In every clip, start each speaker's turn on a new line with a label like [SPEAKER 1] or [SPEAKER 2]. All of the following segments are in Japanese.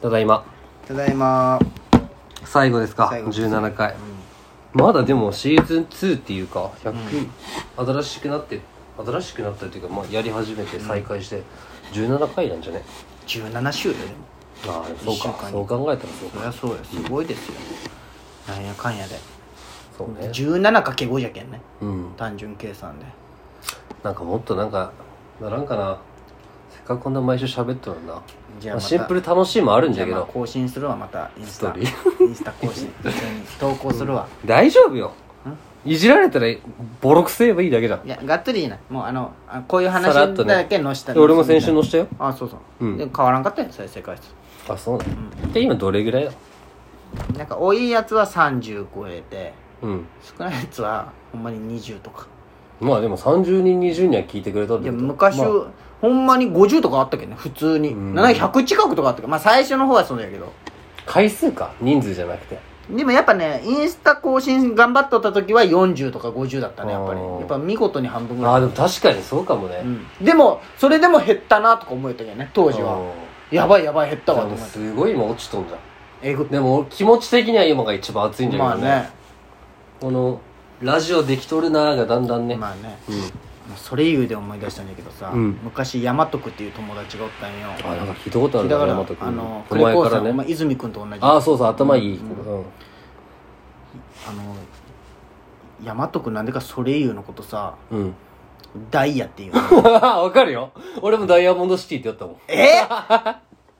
[SPEAKER 1] ただいま
[SPEAKER 2] ただいま
[SPEAKER 1] 最後ですか
[SPEAKER 2] 最後です
[SPEAKER 1] 17回、まだでもシーズン2っていうか100、新しくなって新しくなったっていうか、まあ、やり始めて再開して17回なんじゃね
[SPEAKER 2] 17週だよでも
[SPEAKER 1] ああそう
[SPEAKER 2] 一週
[SPEAKER 1] か
[SPEAKER 2] 間に
[SPEAKER 1] そう考えたらそう
[SPEAKER 2] そ
[SPEAKER 1] か
[SPEAKER 2] りゃそうよすごいですよ、なんやかんやで
[SPEAKER 1] そうね
[SPEAKER 2] 17×5 じゃけんね
[SPEAKER 1] うん
[SPEAKER 2] 単純計算で
[SPEAKER 1] なんかもっとなんかならんかなせっかくこんな毎週喋っとるんだ、ま
[SPEAKER 2] じゃ
[SPEAKER 1] あ
[SPEAKER 2] あまた
[SPEAKER 1] シンプル楽しいもあるん
[SPEAKER 2] じ
[SPEAKER 1] じ
[SPEAKER 2] ゃ
[SPEAKER 1] ゃ
[SPEAKER 2] あ
[SPEAKER 1] け
[SPEAKER 2] まあ
[SPEAKER 1] ど
[SPEAKER 2] 更新するわまたインス
[SPEAKER 1] スト
[SPEAKER 2] タ
[SPEAKER 1] ーリ
[SPEAKER 2] インス タ更新普通に投稿するわ、
[SPEAKER 1] 大丈夫よいじられたらボロくせえばいいだけじゃん
[SPEAKER 2] いやがっつりいいなもうあのあこういう話
[SPEAKER 1] さらっとね
[SPEAKER 2] だけ載した
[SPEAKER 1] 俺も先週載したよ
[SPEAKER 2] あそうそう、
[SPEAKER 1] うん
[SPEAKER 2] でも変わらんかったよ再生回数
[SPEAKER 1] あそうだ、で今どれぐらいだ
[SPEAKER 2] なんか多いやつは30超えて
[SPEAKER 1] うん
[SPEAKER 2] 少ないやつはほんまに20とか
[SPEAKER 1] まあでも30人20人は聞いてくれたって
[SPEAKER 2] い
[SPEAKER 1] こと
[SPEAKER 2] や昔、
[SPEAKER 1] まあ
[SPEAKER 2] ほんまに50とかあったけどね普通に、
[SPEAKER 1] うん
[SPEAKER 2] 700近くとかあったけどまあ最初の方はそうやけど
[SPEAKER 1] 回数か人数じゃなくて
[SPEAKER 2] でもやっぱねインスタ更新頑張っとった時は40とか50だったねやっぱり
[SPEAKER 1] あー
[SPEAKER 2] やっぱ見事に半分ぐ
[SPEAKER 1] あ
[SPEAKER 2] ら
[SPEAKER 1] あ
[SPEAKER 2] い
[SPEAKER 1] でも確かにそうかもね、
[SPEAKER 2] うんでもそれでも減ったなとか思えたけどね当時は
[SPEAKER 1] う
[SPEAKER 2] やばいやばい減った
[SPEAKER 1] ん
[SPEAKER 2] わ
[SPEAKER 1] で
[SPEAKER 2] と思
[SPEAKER 1] も
[SPEAKER 2] って
[SPEAKER 1] すごい今落ちとんじゃん
[SPEAKER 2] えぐっ
[SPEAKER 1] でも俺気持ち的には今が一番熱いんじゃ
[SPEAKER 2] まあ
[SPEAKER 1] けどね,、
[SPEAKER 2] ね
[SPEAKER 1] このラジオできとるなーがだんだんね、
[SPEAKER 2] まあね
[SPEAKER 1] うん
[SPEAKER 2] それ言うで思い出したんだけどさ、
[SPEAKER 1] うん
[SPEAKER 2] 昔大和区っていう友達がおったんよ
[SPEAKER 1] あなんか聞いたことある
[SPEAKER 2] だから
[SPEAKER 1] 山本君
[SPEAKER 2] あの
[SPEAKER 1] お
[SPEAKER 2] クレ
[SPEAKER 1] 前
[SPEAKER 2] コ
[SPEAKER 1] か
[SPEAKER 2] ーさ
[SPEAKER 1] ら
[SPEAKER 2] ん、
[SPEAKER 1] ね
[SPEAKER 2] まあ、泉君と同じ
[SPEAKER 1] ああそうそう頭いい、うん
[SPEAKER 2] あの大和区なんでかソレイユのことさ
[SPEAKER 1] うん、 うん、
[SPEAKER 2] ダイヤっていうの
[SPEAKER 1] わかるよ俺もダイヤモンドシティってやったもん
[SPEAKER 2] えー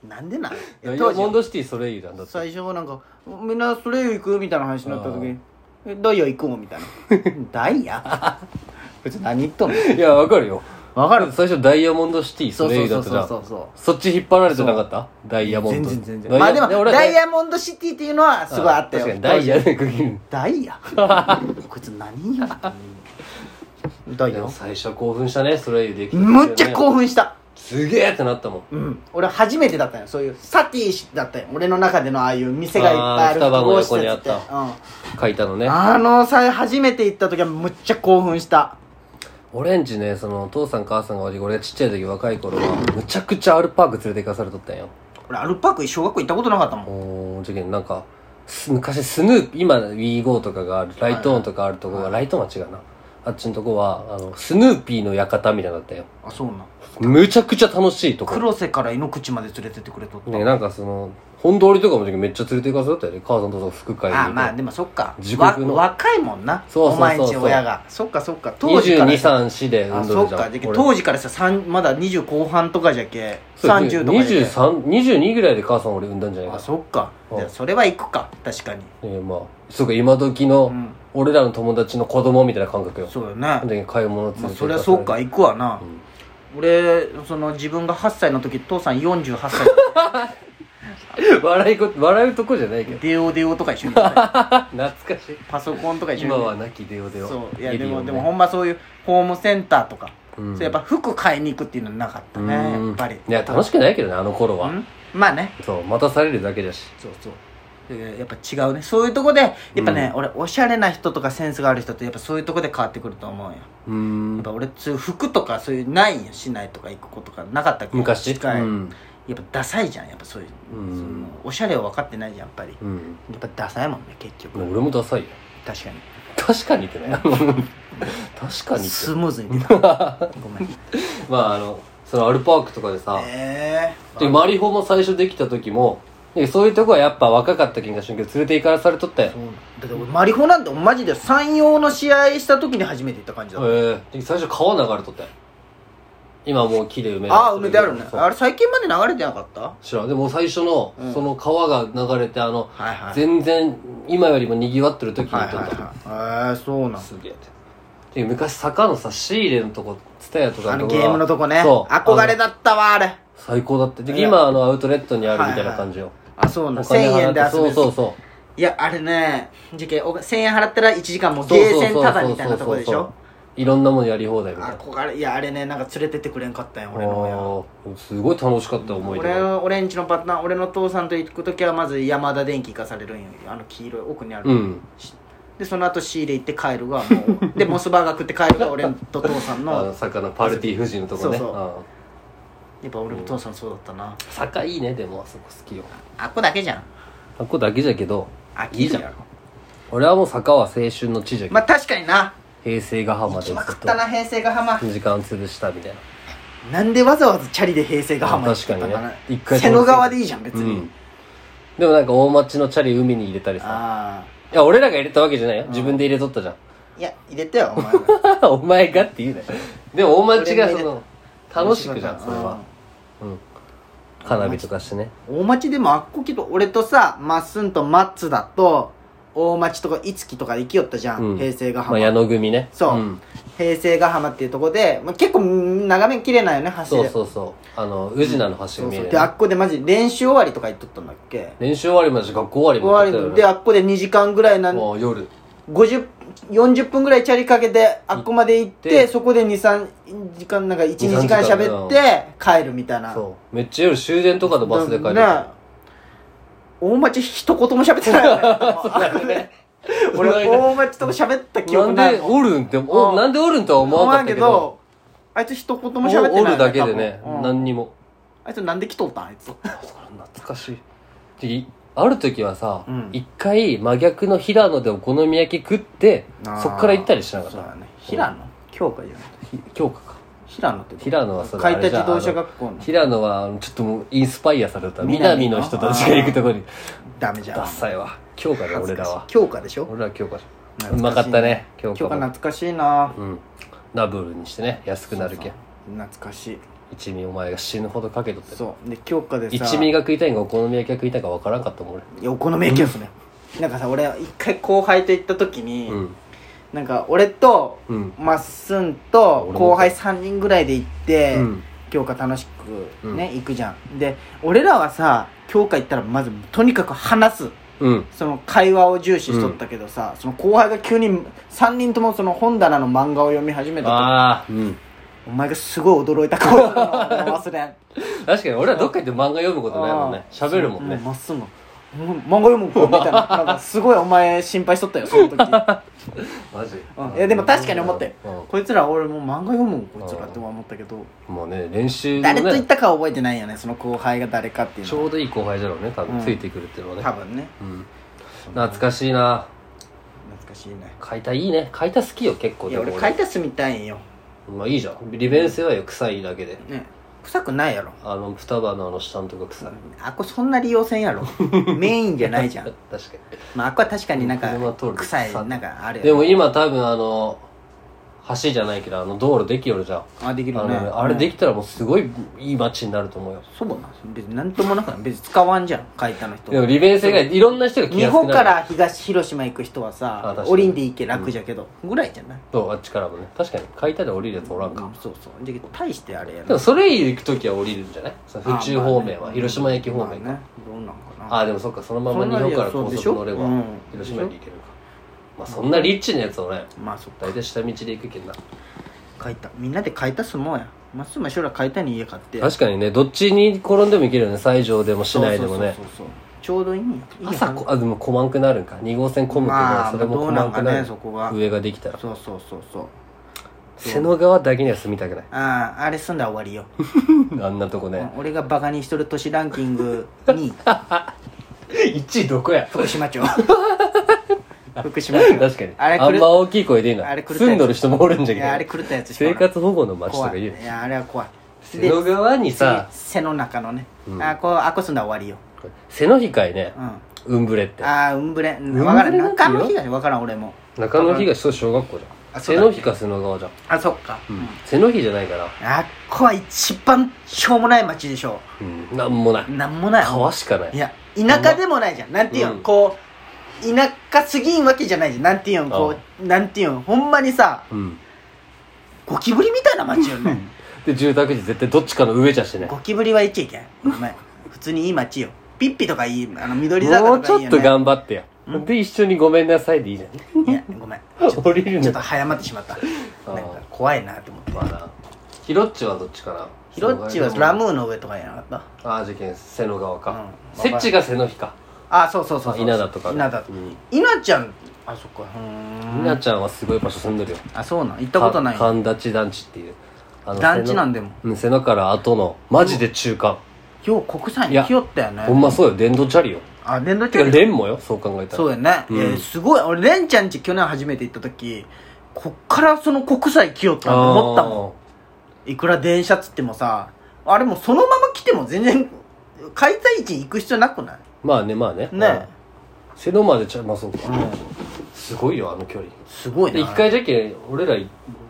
[SPEAKER 2] なんでなん
[SPEAKER 1] ダ
[SPEAKER 2] え
[SPEAKER 1] イヤ
[SPEAKER 2] 当時
[SPEAKER 1] モンドシティそれいいなんだって
[SPEAKER 2] 最初はなんか「みんなソレイユ行く?」みたいな話になった時に「えダイヤ行くん?」みたいな「ダイヤ? 」別に何言っとんの
[SPEAKER 1] いやわかるよ
[SPEAKER 2] わかる
[SPEAKER 1] 最初ダイヤモンドシティそ
[SPEAKER 2] そ
[SPEAKER 1] うれ
[SPEAKER 2] そう
[SPEAKER 1] いいだ
[SPEAKER 2] そう
[SPEAKER 1] った
[SPEAKER 2] そう
[SPEAKER 1] じ
[SPEAKER 2] そ
[SPEAKER 1] ゃ
[SPEAKER 2] うんそう
[SPEAKER 1] そっち引っ張られてなかったダイヤモン
[SPEAKER 2] 全
[SPEAKER 1] ド
[SPEAKER 2] 然全然
[SPEAKER 1] ダイ
[SPEAKER 2] まあ
[SPEAKER 1] ヤ
[SPEAKER 2] でも
[SPEAKER 1] 俺
[SPEAKER 2] ダイヤモンドシティっていうのはすごいあったよ
[SPEAKER 1] 確かにダイヤで区切る
[SPEAKER 2] ダ イヤこいつ何やダイ
[SPEAKER 1] で
[SPEAKER 2] ヤ
[SPEAKER 1] も最初興奮したねそれできた時はね
[SPEAKER 2] むっちゃ興奮した
[SPEAKER 1] すげえってなったもん
[SPEAKER 2] うん俺初めてだったよそういうサティだったよ俺の中でのああいう店がいっぱいある
[SPEAKER 1] あー双葉の
[SPEAKER 2] 複合
[SPEAKER 1] 横
[SPEAKER 2] 施設
[SPEAKER 1] にあった
[SPEAKER 2] てうん
[SPEAKER 1] 書いたのね
[SPEAKER 2] あのさ初めて行った時はむっちゃ興奮した
[SPEAKER 1] オレンジねその父さん母さんが悪い俺がちっちゃい時若い頃はむちゃくちゃアルパーク連れて行かされとったんよ
[SPEAKER 2] 俺アルパーク小学校行ったことなかったもん
[SPEAKER 1] おーじゃけんなんかす昔スヌープ今 WeGo とかがあるライトオンとかあるとこが、ライトオンは違うなあっちのとこはあのスヌーピーの館みたいなのだったよ
[SPEAKER 2] あそうな
[SPEAKER 1] むちゃくちゃ楽しいとこ
[SPEAKER 2] 黒瀬から井の口まで連れてってくれとった、
[SPEAKER 1] ねなんかその本通りとかもめっちゃ連れて行かせたよね母さんとさ服買いに
[SPEAKER 2] あ
[SPEAKER 1] 行
[SPEAKER 2] あ
[SPEAKER 1] く
[SPEAKER 2] まあでもそっか
[SPEAKER 1] 自
[SPEAKER 2] わ
[SPEAKER 1] 国の
[SPEAKER 2] 若いもんな
[SPEAKER 1] そうそうそうそう
[SPEAKER 2] お前んち親がそっかそっか当時からさ
[SPEAKER 1] 223で運
[SPEAKER 2] あ
[SPEAKER 1] 動
[SPEAKER 2] そ
[SPEAKER 1] る
[SPEAKER 2] っ
[SPEAKER 1] じゃ
[SPEAKER 2] か
[SPEAKER 1] ん
[SPEAKER 2] で
[SPEAKER 1] 俺
[SPEAKER 2] 当時からさ三まだ20後半とかじゃけ
[SPEAKER 1] そう
[SPEAKER 2] 30とかじゃけ
[SPEAKER 1] 23 22ぐらいで母さん俺産んだんじゃない
[SPEAKER 2] あ
[SPEAKER 1] か
[SPEAKER 2] そっか
[SPEAKER 1] うん
[SPEAKER 2] じゃあそれは行くか確かに
[SPEAKER 1] ええまあそうか今時の
[SPEAKER 2] うん
[SPEAKER 1] 俺らの友達の子供みたいな感覚よ
[SPEAKER 2] そうよね
[SPEAKER 1] なんだっけ買い物連れて
[SPEAKER 2] まあ
[SPEAKER 1] 行か
[SPEAKER 2] そ
[SPEAKER 1] さ
[SPEAKER 2] り
[SPEAKER 1] れ
[SPEAKER 2] ゃ
[SPEAKER 1] る
[SPEAKER 2] そうか行くわな、俺その自分が8歳の時父さん48歳
[SPEAKER 1] 笑いこ笑うとこじゃない けど
[SPEAKER 2] デオデオとか一緒に行った よ
[SPEAKER 1] 懐かしい
[SPEAKER 2] パソコンとか一緒に
[SPEAKER 1] 今
[SPEAKER 2] 行
[SPEAKER 1] は
[SPEAKER 2] った
[SPEAKER 1] なきデオデオ
[SPEAKER 2] そういや
[SPEAKER 1] エ
[SPEAKER 2] で
[SPEAKER 1] リオ
[SPEAKER 2] も
[SPEAKER 1] ン
[SPEAKER 2] で
[SPEAKER 1] ね
[SPEAKER 2] もほんまそういうホームセンターとか、
[SPEAKER 1] うん
[SPEAKER 2] そうやっぱ服買いに行くっていうのなかったね
[SPEAKER 1] うん
[SPEAKER 2] やっぱり
[SPEAKER 1] いや楽しくないけどねあの頃は
[SPEAKER 2] うんまあね
[SPEAKER 1] そう待たされるだけだし
[SPEAKER 2] そうそうでやっぱ違うねそういうとこでやっぱね、俺おしゃれな人とかセンスがある人ってやっぱそういうとこで変わってくると思うよや
[SPEAKER 1] うー
[SPEAKER 2] っ
[SPEAKER 1] ん
[SPEAKER 2] ぱ俺そういう服とかそういうないんよ市内とか行くことがなかったけど
[SPEAKER 1] 昔
[SPEAKER 2] 近い
[SPEAKER 1] うん
[SPEAKER 2] やっぱダサいじゃんやっぱそういう、
[SPEAKER 1] うん
[SPEAKER 2] そのおしゃれを分かってないじゃんやっぱり、
[SPEAKER 1] うん
[SPEAKER 2] やっぱダサいもんね結局、
[SPEAKER 1] 俺もダサいよ
[SPEAKER 2] 確かに
[SPEAKER 1] 確かにってね 確かにって
[SPEAKER 2] スムーズに出たごめん
[SPEAKER 1] まああのそのアルパークとかでさ
[SPEAKER 2] ええ
[SPEAKER 1] でマリホも最初できた時もでそういうとこはやっぱ若かった気がしんけど連れて行かされとったよ
[SPEAKER 2] そうなんだって俺マリホなんてマジで山陽の試合した時に初めて行った感じだった、
[SPEAKER 1] ええ最初川流れとったよ今もう木で埋め
[SPEAKER 2] ああ埋めてあるね
[SPEAKER 1] そう
[SPEAKER 2] あれ最近まで流れてなかった
[SPEAKER 1] 知らんでも最初の、
[SPEAKER 2] うん
[SPEAKER 1] その川が流れてあの、
[SPEAKER 2] はいはい
[SPEAKER 1] 全然今よりも賑わってる時に撮
[SPEAKER 2] はい
[SPEAKER 1] っ
[SPEAKER 2] はい
[SPEAKER 1] た、
[SPEAKER 2] はいええそうなん
[SPEAKER 1] すげえってで昔坂のさ仕入れのとこ蔦屋とか
[SPEAKER 2] あ
[SPEAKER 1] と
[SPEAKER 2] の
[SPEAKER 1] こ
[SPEAKER 2] ゲームのとこね
[SPEAKER 1] そう
[SPEAKER 2] 憧れ
[SPEAKER 1] あの
[SPEAKER 2] だったわあれ
[SPEAKER 1] 最高だってで
[SPEAKER 2] いや
[SPEAKER 1] 今あのアウトレットにあるみたいな感じよ、
[SPEAKER 2] あそうなん
[SPEAKER 1] お
[SPEAKER 2] 1000
[SPEAKER 1] 金払
[SPEAKER 2] 円
[SPEAKER 1] っ
[SPEAKER 2] で
[SPEAKER 1] て
[SPEAKER 2] 遊べ
[SPEAKER 1] そう
[SPEAKER 2] る
[SPEAKER 1] そうそ
[SPEAKER 2] いやあれねじゃけお1000円払ったら1時間もう
[SPEAKER 1] うそう
[SPEAKER 2] ゲー
[SPEAKER 1] そう
[SPEAKER 2] セン
[SPEAKER 1] そう
[SPEAKER 2] タダみたいなとこでし
[SPEAKER 1] そうそう
[SPEAKER 2] ょ
[SPEAKER 1] そういろんなものやり放題みたいな
[SPEAKER 2] 憧れいやあれねなんか連れてってくれんかったんよ俺の親
[SPEAKER 1] あーすごい楽しかった思い出
[SPEAKER 2] 俺の俺んちのパターン俺の父さんと行く時はまず山田電機行かされるんよあの黄色い奥にある、
[SPEAKER 1] うん
[SPEAKER 2] でその後仕入れ行って帰るがも うでモスバーガー食って帰るが俺と父さん
[SPEAKER 1] あの
[SPEAKER 2] の
[SPEAKER 1] 魚パルティ夫人のとこね
[SPEAKER 2] そうそう
[SPEAKER 1] あ
[SPEAKER 2] やっぱ俺も父さんそうだったな
[SPEAKER 1] サッカーいいねでもあそこ好きよ
[SPEAKER 2] あっこだけじゃん
[SPEAKER 1] あっこだけじゃけど
[SPEAKER 2] あ
[SPEAKER 1] いいじゃん俺はもう坂は青春の地じゃけ、
[SPEAKER 2] まあ確かにな
[SPEAKER 1] 平成が浜
[SPEAKER 2] 行
[SPEAKER 1] で
[SPEAKER 2] き
[SPEAKER 1] ずっ
[SPEAKER 2] まくっ
[SPEAKER 1] と
[SPEAKER 2] たな平成ヶ浜
[SPEAKER 1] 時間潰したみたいな
[SPEAKER 2] なんでわざわざチャリで平成ヶ浜行った
[SPEAKER 1] 確かにね一
[SPEAKER 2] か
[SPEAKER 1] 回
[SPEAKER 2] な瀬野川でいいじゃん別
[SPEAKER 1] う
[SPEAKER 2] に、
[SPEAKER 1] んでもなんか大町のチャリ海に入れたりさ
[SPEAKER 2] あ
[SPEAKER 1] いや俺らが入れたわけじゃないよ自分で入れとったじゃん
[SPEAKER 2] あいや入れてよお前は
[SPEAKER 1] お前がって言うなよでも大町がその 楽しくじゃん
[SPEAKER 2] 面
[SPEAKER 1] そ
[SPEAKER 2] 白
[SPEAKER 1] れ
[SPEAKER 2] かった
[SPEAKER 1] はうん花火とかしてね
[SPEAKER 2] 大町でもあっこけど俺とさまっすんとマッツだと大町とかいつきとかで行きよったじゃん、
[SPEAKER 1] うん
[SPEAKER 2] 平成ヶ浜、
[SPEAKER 1] まあ矢野組ね
[SPEAKER 2] そうん平成ヶ浜っていうとこで、まあ、結構眺め綺麗なんよね橋
[SPEAKER 1] そう
[SPEAKER 2] で
[SPEAKER 1] そうそうあの宇品の橋
[SPEAKER 2] そ
[SPEAKER 1] が
[SPEAKER 2] う
[SPEAKER 1] 見
[SPEAKER 2] そ
[SPEAKER 1] え
[SPEAKER 2] う
[SPEAKER 1] る
[SPEAKER 2] であっこでマジ練習終わりとか行っとったんだっけ
[SPEAKER 1] 練習終わりもだし学校終
[SPEAKER 2] 終わ
[SPEAKER 1] わり
[SPEAKER 2] り
[SPEAKER 1] もだ
[SPEAKER 2] の
[SPEAKER 1] っ
[SPEAKER 2] で
[SPEAKER 1] たよ
[SPEAKER 2] あっこで2時間ぐらいな
[SPEAKER 1] ね
[SPEAKER 2] ん
[SPEAKER 1] もう夜
[SPEAKER 2] 50 40分ぐらいチャリかけてあっこまで行って
[SPEAKER 1] 行って
[SPEAKER 2] そこで23時間なんか12
[SPEAKER 1] 2-3
[SPEAKER 2] 時間喋って帰るみたいな
[SPEAKER 1] そうめっちゃ夜終電とかでバスで帰る
[SPEAKER 2] ね大町一言も喋ってないよ ね
[SPEAKER 1] う
[SPEAKER 2] 俺
[SPEAKER 1] まいね
[SPEAKER 2] 大町と喋った記憶
[SPEAKER 1] な
[SPEAKER 2] な
[SPEAKER 1] ん
[SPEAKER 2] い
[SPEAKER 1] でおるんってお
[SPEAKER 2] うん
[SPEAKER 1] なんでおるんとは思わ
[SPEAKER 2] 思
[SPEAKER 1] なかっ
[SPEAKER 2] わん
[SPEAKER 1] た
[SPEAKER 2] け
[SPEAKER 1] けど
[SPEAKER 2] どあいつ一言
[SPEAKER 1] お
[SPEAKER 2] も喋ってないよ
[SPEAKER 1] おるだけでね
[SPEAKER 2] 多分うん
[SPEAKER 1] 何にも
[SPEAKER 2] あいつなんで来とったんあい つ
[SPEAKER 1] 懐かしいでいある時はさ
[SPEAKER 2] うん
[SPEAKER 1] 一回真逆の平野でお好み焼き食ってそっから行ったりしなかっ
[SPEAKER 2] そう
[SPEAKER 1] た
[SPEAKER 2] だね平野京香じゃない
[SPEAKER 1] ひ京香か
[SPEAKER 2] 平野ってどこ
[SPEAKER 1] 平野はそれ
[SPEAKER 2] 開田
[SPEAKER 1] あれじゃん
[SPEAKER 2] 自動車学校の
[SPEAKER 1] 平野はちょっともうインスパイアされた
[SPEAKER 2] 南
[SPEAKER 1] 南
[SPEAKER 2] の
[SPEAKER 1] の人たちが行くところに
[SPEAKER 2] ダメじゃん
[SPEAKER 1] ダッサいわ京香だ
[SPEAKER 2] 恥
[SPEAKER 1] 俺
[SPEAKER 2] ずからしい
[SPEAKER 1] は
[SPEAKER 2] 京香でしょ
[SPEAKER 1] 俺らは京香じゃんう
[SPEAKER 2] 懐
[SPEAKER 1] ま
[SPEAKER 2] しい
[SPEAKER 1] かったね京
[SPEAKER 2] 京
[SPEAKER 1] 香
[SPEAKER 2] 香
[SPEAKER 1] も
[SPEAKER 2] 懐かしいな
[SPEAKER 1] うんダブルにしてね安くなるけん
[SPEAKER 2] 懐かしい
[SPEAKER 1] 一味お前が死ぬほどかけとったよ
[SPEAKER 2] そうで京香でさ
[SPEAKER 1] 一味が食いたいんかお好み焼きが食いたいんか分からんかったもん
[SPEAKER 2] いやお好み焼きですね、なんかさ俺一回後輩と行った時に、
[SPEAKER 1] 俺うん
[SPEAKER 2] なんか俺と
[SPEAKER 1] うん
[SPEAKER 2] まっすんと
[SPEAKER 1] 俺も
[SPEAKER 2] 後輩3人ぐらいで行って、
[SPEAKER 1] うん
[SPEAKER 2] 教科楽しくね、行くじゃんで俺らはさ教科行ったらまずとにかく話す
[SPEAKER 1] うん
[SPEAKER 2] その会話を重視しとったけどさ、その後輩が急に3人ともその本棚の漫画を読み始めた時
[SPEAKER 1] ああうん
[SPEAKER 2] お前がすごい驚いた顔するの を忘れん
[SPEAKER 1] 確かに俺らどっか行って漫画読むことないもんね
[SPEAKER 2] あー
[SPEAKER 1] 喋るもんね
[SPEAKER 2] そうまっすぐうん漫画読む子みたいななんかすごいお前心配しとったよその時、 う
[SPEAKER 1] マジ
[SPEAKER 2] ん、いやでも確かに思ったよ
[SPEAKER 1] うん
[SPEAKER 2] こいつら俺もう漫画読むんこいつらって思ったけど
[SPEAKER 1] もうね練習の
[SPEAKER 2] 誰と言っ
[SPEAKER 1] ね
[SPEAKER 2] たかは覚えてないよねその後輩が誰かっていう
[SPEAKER 1] ち
[SPEAKER 2] の
[SPEAKER 1] ょ
[SPEAKER 2] は
[SPEAKER 1] うどいい後輩じゃろうね多
[SPEAKER 2] う
[SPEAKER 1] 分
[SPEAKER 2] ん
[SPEAKER 1] ついてくるっていうのは
[SPEAKER 2] 多
[SPEAKER 1] ね
[SPEAKER 2] 分ね
[SPEAKER 1] うん懐かしいな
[SPEAKER 2] 懐かしいね
[SPEAKER 1] 解体いいね解体好きよ結構
[SPEAKER 2] いや俺買い
[SPEAKER 1] 解
[SPEAKER 2] 足すみたいんよ、
[SPEAKER 1] まあいいじゃん利便性はよ臭いだけで
[SPEAKER 2] ね、臭くないやろ
[SPEAKER 1] あの双葉のあの下のとこ臭い
[SPEAKER 2] あっこそんな利用せん やろメインじゃないじゃん、
[SPEAKER 1] 確かに
[SPEAKER 2] まあ、あっこは確かになんか
[SPEAKER 1] 車通る
[SPEAKER 2] 臭いなんかあるよね
[SPEAKER 1] でも今多分あの橋じゃないけどあの道路できよるじゃん
[SPEAKER 2] あできる
[SPEAKER 1] あ
[SPEAKER 2] よね
[SPEAKER 1] のあれできたらもうすごいいい街になると思うよ
[SPEAKER 2] そうなん別に何ともなくない別に使わんじゃん買い足の人
[SPEAKER 1] でも利便性がいろんな人が来
[SPEAKER 2] 日
[SPEAKER 1] やすく
[SPEAKER 2] 本か
[SPEAKER 1] なる
[SPEAKER 2] ら東広島行く人は
[SPEAKER 1] あ確
[SPEAKER 2] さ
[SPEAKER 1] かに
[SPEAKER 2] 降りんで行け楽じゃけど、ぐらいじゃない
[SPEAKER 1] そうあっちからもね確かに解体で降りるやつおらんか
[SPEAKER 2] うんそうそうで大してあれや
[SPEAKER 1] でもそれ行く時は降りるんじゃないその府中方面
[SPEAKER 2] あまあ
[SPEAKER 1] は
[SPEAKER 2] ね
[SPEAKER 1] 広島駅方面
[SPEAKER 2] ま
[SPEAKER 1] か
[SPEAKER 2] あねどうなんかな
[SPEAKER 1] ああでもそっかそのまま日本から高速乗れば
[SPEAKER 2] そんなにそうでしょ
[SPEAKER 1] 広島駅
[SPEAKER 2] うん
[SPEAKER 1] 行けるかまあそんなリッチなやつはね
[SPEAKER 2] まあそっか
[SPEAKER 1] 大体下道で行くけんな
[SPEAKER 2] 買いたみんなで買い足すもんやまっすぐ将来買いたいに家買って
[SPEAKER 1] 確かにねどっちに転んでも行けるよね西条でも市内でもね
[SPEAKER 2] そうそうそうそうちょうどいいんやいいや
[SPEAKER 1] 朝こあでも混まんくなるんか2号線混むけ
[SPEAKER 2] まあ
[SPEAKER 1] どそれも
[SPEAKER 2] どう
[SPEAKER 1] 混
[SPEAKER 2] な
[SPEAKER 1] ま
[SPEAKER 2] ん
[SPEAKER 1] ん
[SPEAKER 2] か
[SPEAKER 1] く
[SPEAKER 2] ね
[SPEAKER 1] な
[SPEAKER 2] そ
[SPEAKER 1] る
[SPEAKER 2] こが
[SPEAKER 1] 上ができたら
[SPEAKER 2] そうそうそうそう
[SPEAKER 1] 瀬野川だけには住みたくない
[SPEAKER 2] あああれ住んだら終わ りよ
[SPEAKER 1] あんなとこね
[SPEAKER 2] うん俺がバカにしとる都市ランキングに
[SPEAKER 1] 1位どこや
[SPEAKER 2] 福島 町福島町
[SPEAKER 1] 確かに
[SPEAKER 2] あれ
[SPEAKER 1] あ
[SPEAKER 2] 来
[SPEAKER 1] ん
[SPEAKER 2] る
[SPEAKER 1] ま大きい声で言う
[SPEAKER 2] あ
[SPEAKER 1] な
[SPEAKER 2] れ来る
[SPEAKER 1] 住んどる人もおるんじゃ
[SPEAKER 2] い
[SPEAKER 1] け
[SPEAKER 2] やあれ
[SPEAKER 1] ど
[SPEAKER 2] 狂ったやつしかおら
[SPEAKER 1] 生
[SPEAKER 2] ん
[SPEAKER 1] 活保護の町とか
[SPEAKER 2] 怖い
[SPEAKER 1] 言う
[SPEAKER 2] いやあれは怖い
[SPEAKER 1] 瀬野川にさ
[SPEAKER 2] 次背の中のね、
[SPEAKER 1] うん
[SPEAKER 2] あこうあこすんだら終わりよ、
[SPEAKER 1] 背の控えね
[SPEAKER 2] うん、あ
[SPEAKER 1] うんぶれって
[SPEAKER 2] あーうんぶれ
[SPEAKER 1] ぶれ
[SPEAKER 2] 分からん
[SPEAKER 1] なんて
[SPEAKER 2] 中
[SPEAKER 1] 言う
[SPEAKER 2] の日がね分からん俺も
[SPEAKER 1] 中野東と小学校じゃ
[SPEAKER 2] あ
[SPEAKER 1] ん
[SPEAKER 2] そ
[SPEAKER 1] 背
[SPEAKER 2] うだ
[SPEAKER 1] の日か背の川じゃん
[SPEAKER 2] あそっか、うん
[SPEAKER 1] 背の日じゃないから
[SPEAKER 2] あっこは一番しょうもない町でしょ
[SPEAKER 1] うんなんもない
[SPEAKER 2] なんもない
[SPEAKER 1] 川しかないい
[SPEAKER 2] や田舎でもないじゃんなんていうん、
[SPEAKER 1] うん
[SPEAKER 2] こう田舎すぎんわけじゃないじゃんなんていうんこうなんていうんほんまにさ
[SPEAKER 1] うん
[SPEAKER 2] ゴキブリみたいな町よね
[SPEAKER 1] で住宅地絶対どっちかの上じゃしね
[SPEAKER 2] ゴキブリは行っちゃいけんお前普通にいい町よピッピとかいいあの緑坂
[SPEAKER 1] もう
[SPEAKER 2] と
[SPEAKER 1] ち
[SPEAKER 2] かいい
[SPEAKER 1] ょ
[SPEAKER 2] よ、ね、
[SPEAKER 1] っと頑張ってよで一緒にごめんなさいでいいじゃん
[SPEAKER 2] いやごめん
[SPEAKER 1] 降りる
[SPEAKER 2] ちょっ
[SPEAKER 1] の
[SPEAKER 2] と早まってしまった
[SPEAKER 1] あー
[SPEAKER 2] なんか怖いなと思って
[SPEAKER 1] まあなヒロッチはどっちかな
[SPEAKER 2] ヒロッチはラムーの上とかやなかった
[SPEAKER 1] ああ事件瀬野川か
[SPEAKER 2] うん
[SPEAKER 1] 設置が瀬の日か
[SPEAKER 2] あそうそうそうそう
[SPEAKER 1] 稲田とか
[SPEAKER 2] 稲田と
[SPEAKER 1] うん
[SPEAKER 2] 稲ちゃんあそっかうーん
[SPEAKER 1] 稲ちゃんはすごい場所住んでるよ
[SPEAKER 2] あそうなん行ったことない
[SPEAKER 1] か神立団地っていうあの
[SPEAKER 2] 団地なんでも
[SPEAKER 1] 背のうん背中から後のマジで中間
[SPEAKER 2] よう国産に来よったよね
[SPEAKER 1] ほんまそうよ電動チャリよ
[SPEAKER 2] あ電動
[SPEAKER 1] て
[SPEAKER 2] キ
[SPEAKER 1] か
[SPEAKER 2] ャリ
[SPEAKER 1] レンもよそう考えたら
[SPEAKER 2] そう
[SPEAKER 1] う
[SPEAKER 2] やね、
[SPEAKER 1] うん
[SPEAKER 2] えーすごい俺レンちゃんち去年初めて行った時こっからその国際来よったと思ったもんいくら電車つってもさあれもうそのまま来ても全然開催地に行く必要なくない
[SPEAKER 1] まあねまあね
[SPEAKER 2] ね
[SPEAKER 1] うん背のまでちゃいまあそう
[SPEAKER 2] う
[SPEAKER 1] か
[SPEAKER 2] ん
[SPEAKER 1] すごいよあの距離
[SPEAKER 2] すごいな
[SPEAKER 1] で一回じゃけ俺らい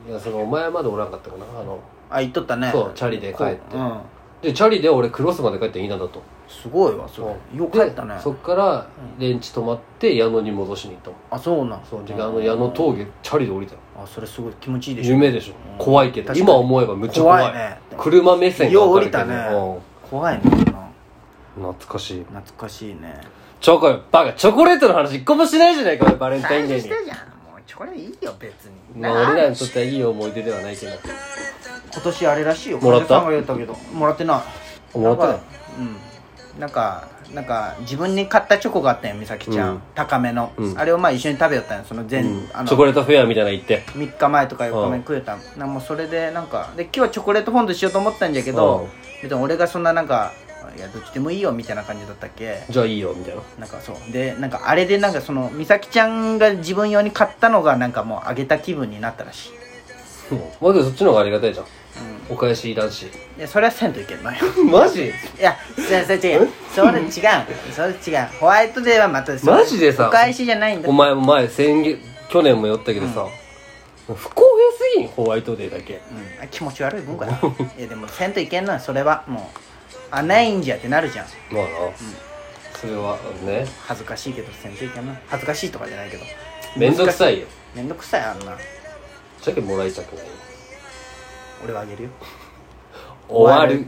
[SPEAKER 1] やそのお前までおらんかったかなあの
[SPEAKER 2] あ行っとったね
[SPEAKER 1] そうチャリで帰って
[SPEAKER 2] うん
[SPEAKER 1] でチャリで俺クロスまで帰ったん稲田と
[SPEAKER 2] すごいわそれよく帰ったね
[SPEAKER 1] でそっからレンチ泊まって矢野に戻しに行ったもん
[SPEAKER 2] あそうなん
[SPEAKER 1] そうであの矢野峠チャリで降りたよ
[SPEAKER 2] あそれすごい気持ちいいでしょ
[SPEAKER 1] 夢でしょ
[SPEAKER 2] うん
[SPEAKER 1] 怖いけど
[SPEAKER 2] 確かに
[SPEAKER 1] 今思えばむっちゃ怖い
[SPEAKER 2] 怖いね
[SPEAKER 1] 車目線が分かるけど
[SPEAKER 2] よう降りたね
[SPEAKER 1] うん
[SPEAKER 2] 怖いねそんな
[SPEAKER 1] 懐かしい
[SPEAKER 2] 懐かしいね
[SPEAKER 1] チョコよバカチョコレートの話一個もしないじゃないかよバレンタインデーに
[SPEAKER 2] してじゃんもうチョコレートいいよ別に
[SPEAKER 1] まあ俺らにとってはいい思い出ではないけど
[SPEAKER 2] 今年あれらしいよ
[SPEAKER 1] もらった
[SPEAKER 2] お客さんが言ったけどもらってない
[SPEAKER 1] もらってない
[SPEAKER 2] んかうんなんかなんか自分に買ったチョコがあったよ美咲ちゃん、
[SPEAKER 1] うん
[SPEAKER 2] 高めの、
[SPEAKER 1] うん
[SPEAKER 2] あれをまあ一緒に食べよったんよその前、
[SPEAKER 1] うん
[SPEAKER 2] あの
[SPEAKER 1] チョコレートフェアみたいなの行って
[SPEAKER 2] 3日前とか4日前に食えた、なんかもうそれでなんかで今日はチョコレートフォンドしようと思ったんだけど、
[SPEAKER 1] うん
[SPEAKER 2] 別に俺がそんななんか「いやどっちでもいいよ」みたいな感じだったっけ
[SPEAKER 1] じゃあいいよみたいな
[SPEAKER 2] なんかそうでなんかあれでなんかその美咲ちゃんが自分用に買ったのがなんかもうあげた気分になったらしい、
[SPEAKER 1] まあでもそっちの方がありがたいじゃん
[SPEAKER 2] う
[SPEAKER 1] お返しいらんし
[SPEAKER 2] ん、でそれはせんといけんのよ
[SPEAKER 1] マジ
[SPEAKER 2] いやそれそれ違うそれ違うそれ違うホワイトデーはまた
[SPEAKER 1] マジでさ
[SPEAKER 2] お返しじゃないんだ
[SPEAKER 1] お前も前先月去年も寄ったけどさ、不公平すぎんホワイトデーだけ
[SPEAKER 2] うん、気持ち悪い文化だいやでもせんといけんのよそれはもうあないんじゃってなるじゃん
[SPEAKER 1] まあな、それはね
[SPEAKER 2] 恥ずかしいけどせんといけんな恥ずかしいとかじゃないけど
[SPEAKER 1] 面倒くさいよ
[SPEAKER 2] めんどくさいあんな
[SPEAKER 1] じゃけもらいたくないよ
[SPEAKER 2] 俺はあげるよ
[SPEAKER 1] 終わる